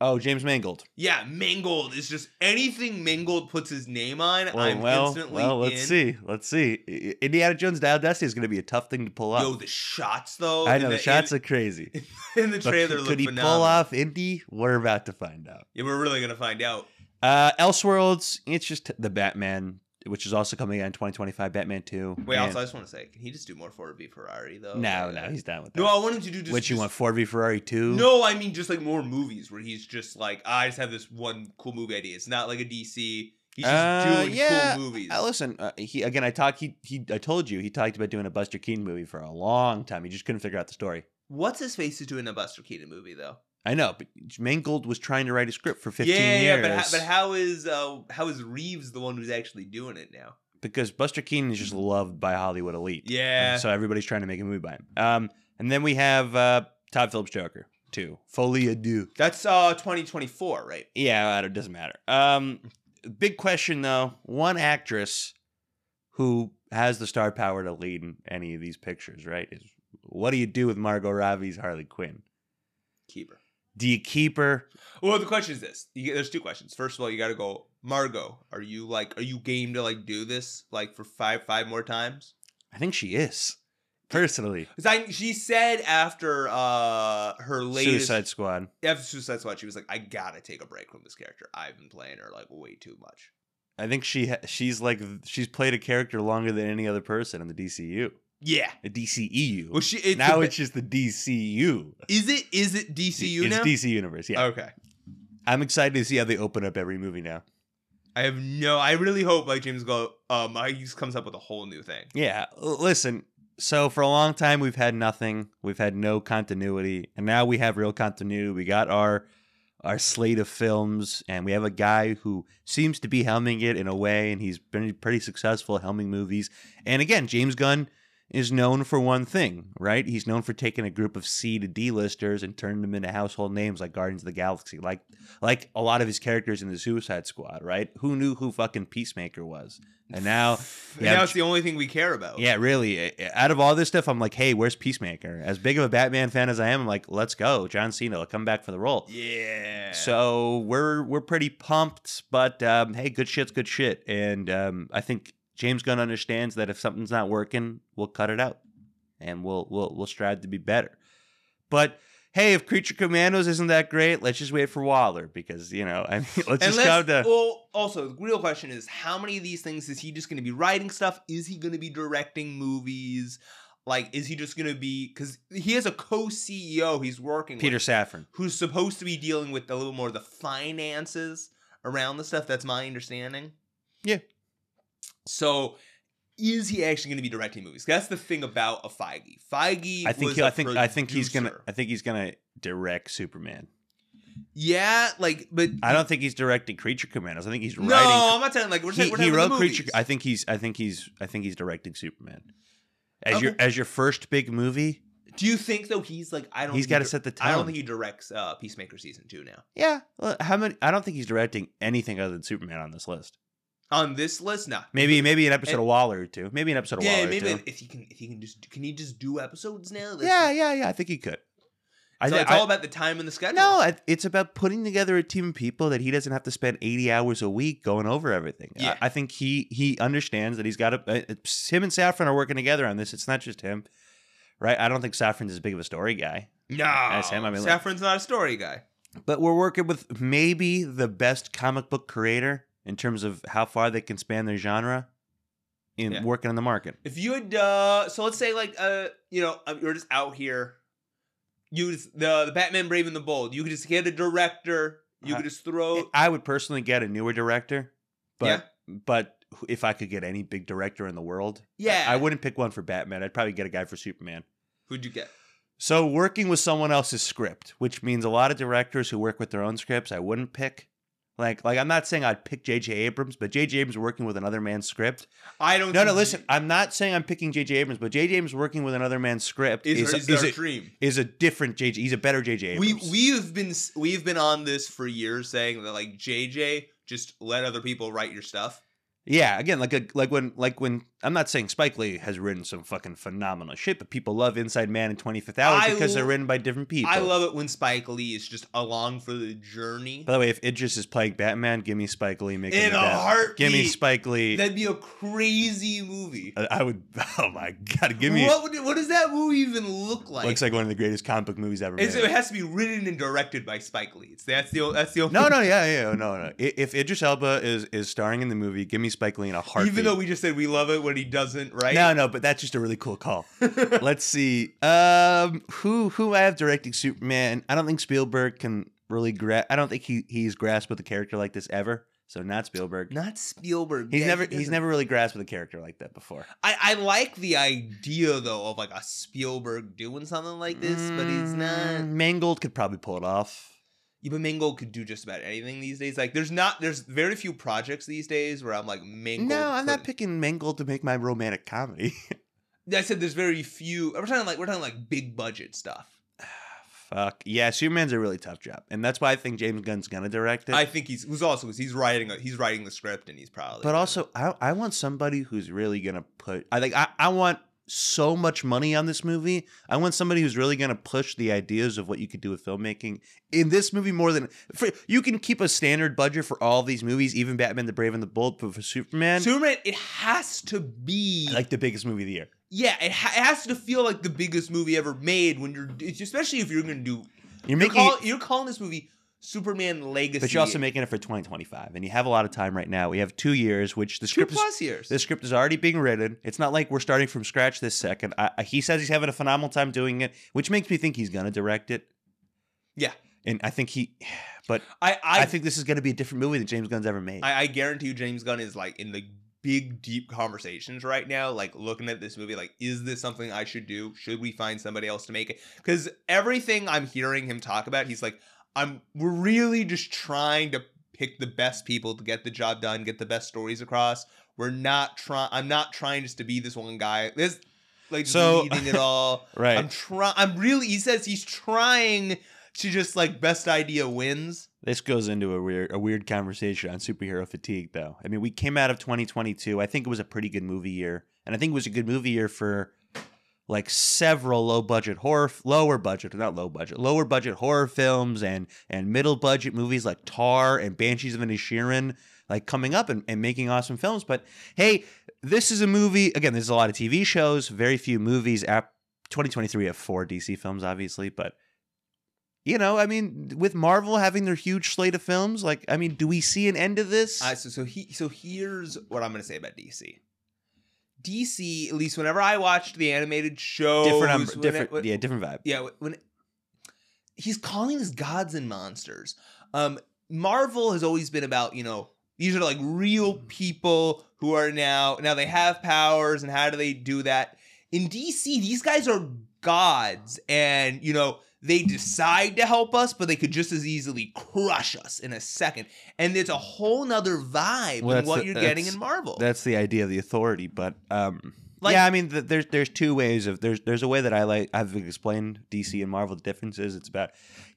oh, James Mangold.
yeah, Mangold is just anything Mangold puts his name on.
Well,
I'm
well,
instantly
well, let's
in.
see, let's see. I- I- Indiana Jones Dial Destiny is going to be a tough thing to pull off.
Yo, the shots though.
I
in
know the shots are crazy.
in, in the
But
trailer.
could
look
he
phenomenal.
pull off Indy? We're about to find out.
Yeah, we're really gonna find out.
Uh, Elseworlds, it's just the Batman, which is also coming out in 2025. Batman Two.
Wait,
and-
also I just want to say, can he just do more Ford v Ferrari though?
no,
Like,
no,
uh,
he's down with that.
no. I want him to do just.
what you
just-
want, Ford v Ferrari Two?
No, I mean just like more movies where he's just like, I just have this one cool movie idea. It's not like a DC. He's just
Uh,
doing
yeah,
cool movies.
Uh, listen, uh, he again. I talked. He he. I told you he talked about doing a Buster Keaton movie for a long time. He just couldn't figure out the story.
What's his face is doing a Buster Keaton movie though?
I know, but Mangold was trying to write a script for fifteen
yeah,
years.
yeah, but how, but how is uh, how is Reeves the one who's actually doing it now?
because Buster Keaton is just loved by Hollywood elite.
Yeah,
And so everybody's trying to make a movie by him. Um, and then we have uh, Todd Phillips Joker too. Folie à deux.
that's uh 2024, right?
Yeah, it doesn't matter. Um, big question though. One actress who has the star power to lead in any of these pictures, right? Is what do you do with Margot Robbie's Harley Quinn?
Keeper.
Do you keep her?
Well, the question is this: you, there's two questions. First of all, you got to go, Margot. Are you like, are you game to like do this like for five, five more times?
I think she is. Personally,
Because I, she said after uh her latest
Suicide Squad.
after Suicide Squad, she was like, I gotta take a break from this character. I've been playing her like way too much.
I think she ha- she's like she's played a character longer than any other person in the DCU.
Yeah.
The DCEU.
Well, she it's
E now
a-
it's just the DCU.
is it is it DCU
it's
now? Oh.
DC Universe. Yeah,
Okay.
I'm excited to see how they open up every movie now.
I have no. I really hope like James go. Um, he just comes up with a whole new thing.
Yeah, l- listen. So for a long time we've had nothing. We've had no continuity, and now we have real continuity. We got our our slate of films, and we have a guy who seems to be helming it in a way, and he's been pretty successful helming movies. And again, James Gunn is known for one thing, right? He's known for taking a group of C to D listers and turning them into household names like Guardians of the Galaxy, like like a lot of his characters in the Suicide Squad, right? Who knew who fucking Peacemaker was? And now
And
Yeah,
now it's the only thing we care about.
yeah, really. I- I- Out of all this stuff, I'm like, hey, where's Peacemaker? As big of a Batman fan as I am, I'm like, let's go, John Cena, will come back for the role.
Yeah.
So we're we're pretty pumped, but um, hey, good shit's good shit, and um, I think James Gunn understands that if something's not working, we'll cut it out, and we'll we'll we'll strive to be better. But hey, if Creature Commandos isn't that great, let's just wait for Waller because you know, I mean, let's
And
just
let's-
go to.
well, also the real question is how many of these things is he just going to be writing stuff? Is he going to be directing movies? Like, is he just going to be because he has a co-CEO he's working
Peter
with,
Safran.
who's supposed to be dealing with a little more of the finances around the stuff. That's my understanding.
Yeah.
So. Is he actually going to be directing movies? That's the thing about a Feige. Feige,
I think
was
he,
a
I think I think he's gonna
producer.
I think he's gonna direct Superman.
Yeah, like, but
I don't think he's directing Creature Commandos. I think he's
no,
writing.
I'm not telling. Like, we're,
he,
saying we're
he
talking
wrote
about the
Creature.
movies.
I think he's. I think he's. I think he's directing Superman. As your
Okay.
as your first big movie,
Do you think though he's like I don't?
he's
think
got
he
to
dir-
set the tone.
I don't think he directs uh, Peacemaker season two now.
yeah. Well, How many? I don't think he's directing anything other than Superman on this list.
On this list, nah.
Maybe maybe an episode
And-
of Waller or two. Maybe an episode of
yeah,
Waller or
maybe
two.
if he can, if he can just can he just do episodes now? That's-
Yeah, yeah, yeah. I think he could. I,
So
thi-
it's
I-
all about the time and the schedule.
No, I- it's about putting together a team of people that he doesn't have to spend 80 hours a week going over everything. I-
Yeah.
I, think he he understands that he's got to, uh, it's- him and Saffron are working together on this. It's not just him, right? I don't think Saffron's as big of a story guy.
No,
As him, I mean, like-
Saffron's not a story guy.
But we're working with maybe the best comic book creator in terms of how far they can span their genre in
Yeah.
working on the market.
If you had, uh, so let's say like, uh, you know, um, you're just out here. You just, the the Batman Brave and the Bold. You could just get a director. You could just throw.
Uh, I would personally get a newer director,
Yeah.
but but if I could get any big director in the world, I-
Yeah.
I, wouldn't pick one for Batman. I'd probably get a guy for Superman.
Who'd you get?
So working with someone else's script, which means a lot of directors who work with their own scripts, I wouldn't pick. Like like I'm not saying I'd pick J.J. Abrams, but J.J. Abrams working with another man's script.
I don't.
No, no,
think-
listen. I'm not saying I'm picking J.J. Abrams, but J.J. Abrams working with another man's script
Is
is
is,
is
our
a,
dream?
is a different J.J. He's a better J.J.
We
Abrams.
we've been s- we've been on this for years, saying that like JJ just let other people write your stuff.
Yeah, again, like a, like when like when I'm not saying Spike Lee has written some fucking phenomenal shit, but people love Inside Man and 25th Hour
I
because they're
lo-
written by different people.
I love it when Spike Lee is just along for the journey.
By the way, if Idris is playing Batman, give me Spike Lee making
In
the
a
Bat- Give me
heartbeat.
Spike Lee.
That'd be a crazy movie.
I I would. Oh my god, give me.
what would, what does that movie even look like?
Looks like one of the greatest comic book movies ever
It's-
made.
it has to be written and directed by Spike Lee. It's, that's the o- that's the only.
no, no, yeah, yeah, no, no. I- If Idris Elba is is starring in the movie, give me Spike Lee in a heartbeat.
Even though we just said we love it when he doesn't, right?
No, no, but that's just a really cool call. Let's see. Um, who who I have directing Superman? I don't think Spielberg can really grasp. I don't think he he's grasped with a character like this ever. So not Spielberg.
Not Spielberg.
He's
Yeah,
never
he
he's
doesn't-
never really grasped with a character like that before.
I, I like the idea though of like a Spielberg doing something like this, but he's
Mm,
not.
Mangold could probably pull it off.
Even Mangold could do just about anything these days. Like there's not there's very few projects these days where I'm like Mangold.
no, I'm not
couldn't-
picking Mangold to make my romantic comedy.
I said there's very few. We're talking like we're talking like big budget stuff.
Fuck yeah, Superman's a really tough job, and that's why I think James Gunn's gonna direct it.
I think he's who's also he's writing a, he's writing the script and he's probably.
But also, I, I want somebody who's really gonna put. I think I, I want so much money on this movie. I want somebody who's really gonna push the ideas of what you could do with filmmaking in this movie more than for, you can keep a standard budget for all these movies, even Batman: The Brave and the Bold, but for Superman,
Superman, it has to be
like the biggest movie of the year.
yeah, it, ha- it has to feel like the biggest movie ever made when you're it's- especially if you're gonna do
You're
you're,
making,
call, you're calling this movie Superman Legacy,
but you're also making it for 2025, and you have a lot of time right now. We have two years, which the
two
script is
plus years.
This script is already being written. It's not like we're starting from scratch this second. I, I- he says he's having a phenomenal time doing it, which makes me think he's going to direct it.
Yeah.
And I think he, but
I I,
I, think this is going to be a different movie than James Gunn's ever made.
I I guarantee you James Gunn is like in the big deep conversations right now like looking at this movie like is this something I should do should we find somebody else to make it cuz everything I'm hearing him talk about he's like I'm we're really just trying to pick the best people to get the job done get the best stories across we're not trying I'm not trying just to be this one guy this like just
So-
leading it all
right.
I'm trying I'm really he says he's trying to just like best idea wins
this goes into a weird, a weird conversation on superhero fatigue, though. I mean, we came out of 2022. I think it was a pretty good movie year, and I think it was a good movie year for like several low budget horror, f- lower budget, not low budget, lower budget horror films and and middle budget movies like Tar and Banshees of Inisherin, like coming up and, and making awesome films. But hey, this is a movie. Again, there's a lot of TV shows, very few movies. Ap- 2023 have four DC films, obviously, but you know, I mean, with Marvel having their huge slate of films, like, I mean, do we see an end to this?
Uh, so so he so here's what I'm gonna say about DC. DC, at least whenever I watched the animated show,
different, um, different, yeah, different vibe.
yeah, when- when he's calling us gods and monsters. Um, Marvel has always been about you know these are like real
Mm.
people who are now now they have powers and how do they do that? In DC, these guys are gods, and you know they decide to help us, but they could just as easily crush us in a second. And it's a whole nother vibe
Well,
than
that's
what
the-
you're getting
that's-
in Marvel.
That's the idea of the authority, but um,
Like-
yeah, I mean, th there's there's two ways of there's there's a way that I like I've explained DC and Marvel the differences. It's about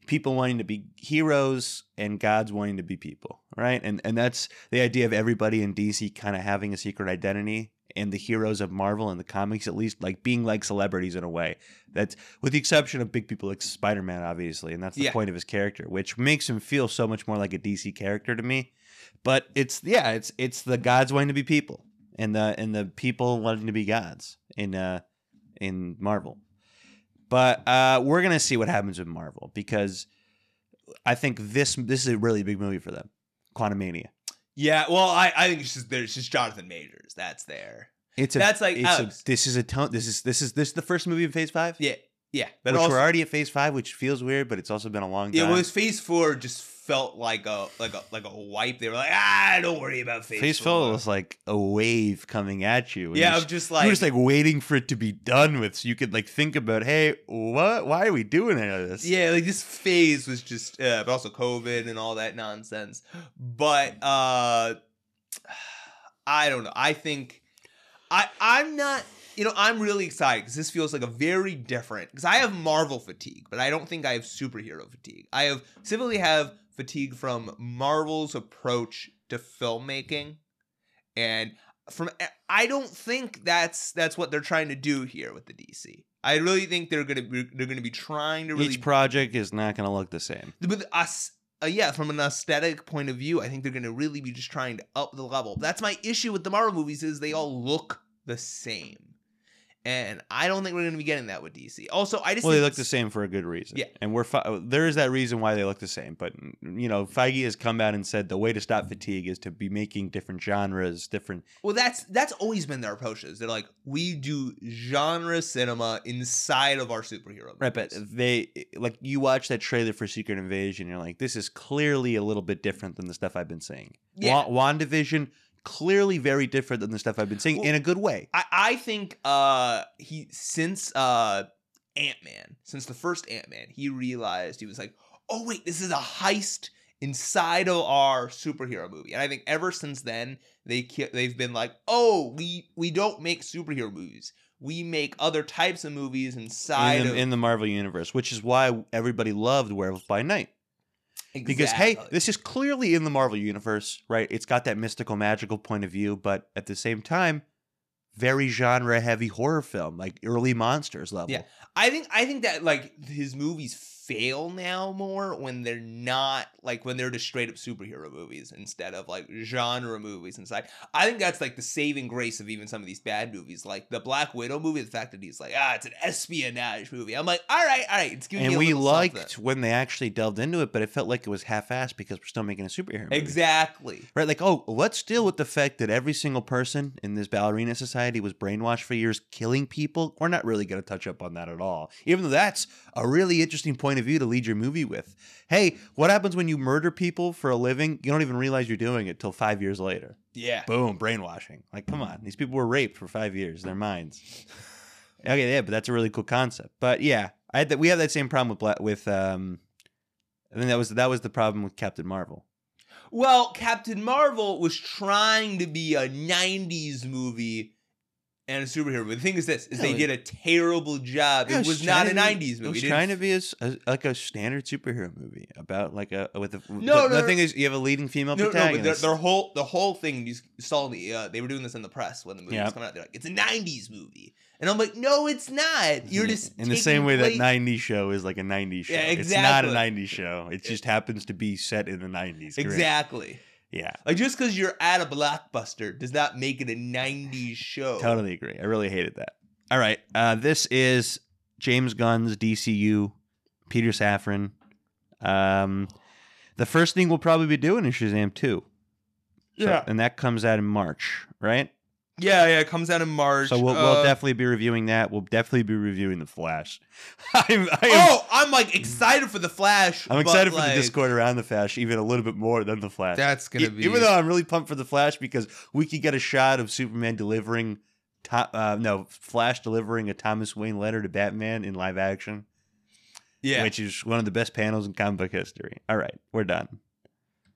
people wanting to be heroes and gods wanting to be people, right? And and that's the idea of everybody in DC kind of having a secret identity. And the heroes of Marvel and the comics, at least, like being like celebrities in a way. That's with the exception of big people like Spider Man, obviously, and that's the
Yeah.
point of his character, which makes him feel so much more like a DC character to me but it's yeah, it's it's the gods wanting to be people, and the and the people wanting to be gods in uh in Marvel. But uh, we're gonna see what happens with Marvel because I think this this is a really big movie for them. Quantumania.
Yeah, well, I, I think it's just there's just Jonathan Majors. That's there.
It's a,
That's like
it's a-
Alex.
this is a ton. This is this is this is the first movie in Phase Five.
Yeah, yeah.
But
But
which
also,
we're already at Phase Five, which feels weird, but it's also been a long time.
yeah, well, his Phase Four just felt like a like a like a wipe. They were like, ah, don't worry about Phase,
Phase Four was like a wave coming at you. and
Yeah,
you
I'm
just-
just
you
like,
were just like waiting for it to be done with, so you could like think about, hey, what? Why are we doing any of this?
yeah, like this phase was just, uh, but also COVID and all that nonsense. But uh I don't know. I think I I'm not. You know, I'm really excited because this feels like a very different. Because I have Marvel fatigue, but I don't think I have superhero fatigue. I have simply have fatigue from Marvel's approach to filmmaking, and from eh, I don't think that's that's what they're trying to do here with the DC. I really think they're gonna be they're gonna be trying to really
Each project is not going to look the same.
but us uh, yeah from an aesthetic point of view i think they're going to really be just trying to up the level that's my issue with the marvel movies is they all look the same and i don't think we're going to be getting that with dc also i just
Well, they
think
look the
it's-
same for a good reason.
Yeah.
and we're fi- there is that reason why they look the same. But you know, Feige has come out and said the way to stop fatigue is to be making different genres, different.
well that's that's always been their approaches they're like we do genre cinema inside of our superhero
Right, but
movies."
they like you watch that trailer for Secret Invasion, you're like, this is clearly a little bit different than the stuff I've been seeing.
Yeah.
Wa- Wandavision clearly very different than the stuff I've been seeing
Well-
in a good way.
I, I think uh he since uh Ant Man, since the first Ant Man, he realized he was like, oh wait, this is a heist inside of our superhero movie. And I think ever since then, they ki- they've been like, oh, we we don't make superhero movies. We make other types of movies inside
in the,
of
in the Marvel universe, which is why everybody loved Werewolf by Night because hey,
Exactly.
this is clearly in the Marvel universe, right? It's got that mystical, magical point of view, but at the same time, very genre-heavy horror film, like early monsters level.
Yeah. I think I think that like his movies fail now more when they're not like when they're just straight up superhero movies instead of like genre movies inside. I think that's like the saving grace of even some of these bad movies, like the Black Widow movie. The fact that he's like, ah, it's an espionage movie. I'm like, all right, all right, it's giving me
and
a
we
little
liked
something."
when they actually delved into it, but it felt like it was half-assed because we're still making a superhero movie.
exactly.
Right, like, oh, let's deal with the fact that every single person in this ballerina society was brainwashed for years, killing people. We're not really going to touch up on that at all, even though that's a really interesting point of view to lead your movie with. Hey, what happens when you murder people for a living? You don't even realize you're doing it till five years later.
Yeah.
Boom, brainwashing. Like, come on, these people were raped for five years, their minds. Okay, yeah, but that's a really cool concept. But yeah, I had that. We had that same problem with Bla- with. um I think that was that was the problem with Captain Marvel.
Well, Captain Marvel was trying to be a '90s movie and a superhero. But the thing is, this is they
Yeah,
did a terrible job.
Yeah,
it was not a
trying to be-
'90s movie.
It was
didn't
trying to be a, s- a- like a standard superhero movie about like a with a the,
No, no,
the
no.
thing is you have a leading female
No, no, but their,
protagonist.
their whole the whole thing you saw in the uh, they were doing this in the press when the movie
Yeah.
was coming out. They're like, it's a '90s movie, and I'm like, no, it's not. You're just
Mm-hmm. in the same
taking
way that
place-
'90s show is like a '90s show.
Yeah,
It's
exactly.
not a '90s show. It just happens to be set in the '90s. Great.
exactly
Yeah,
like just because you're at a blockbuster does not make it a '90s show.
totally agree. I really hated that. All right, uh, this is James Gunn's DCU, Peter Safran. Um, the first thing we'll probably be doing is Shazam two. So-
Yeah.
and that comes out in March, right?
Yeah, yeah. It comes out in March.
So we'll,
Uh,
we'll definitely be reviewing that. We'll definitely be reviewing the Flash. I'm, I am,
Oh, I'm like excited for the Flash.
I'm
but,
excited for
like,
the Discord around the Flash even a little bit more than the Flash.
That's
E-
gonna be
Even though I'm really pumped for the Flash because we could get a shot of Superman delivering, to, uh, no, Flash delivering a Thomas Wayne letter to Batman in live action,
yeah.
which is one of the best panels in comic book history. All right, we're done.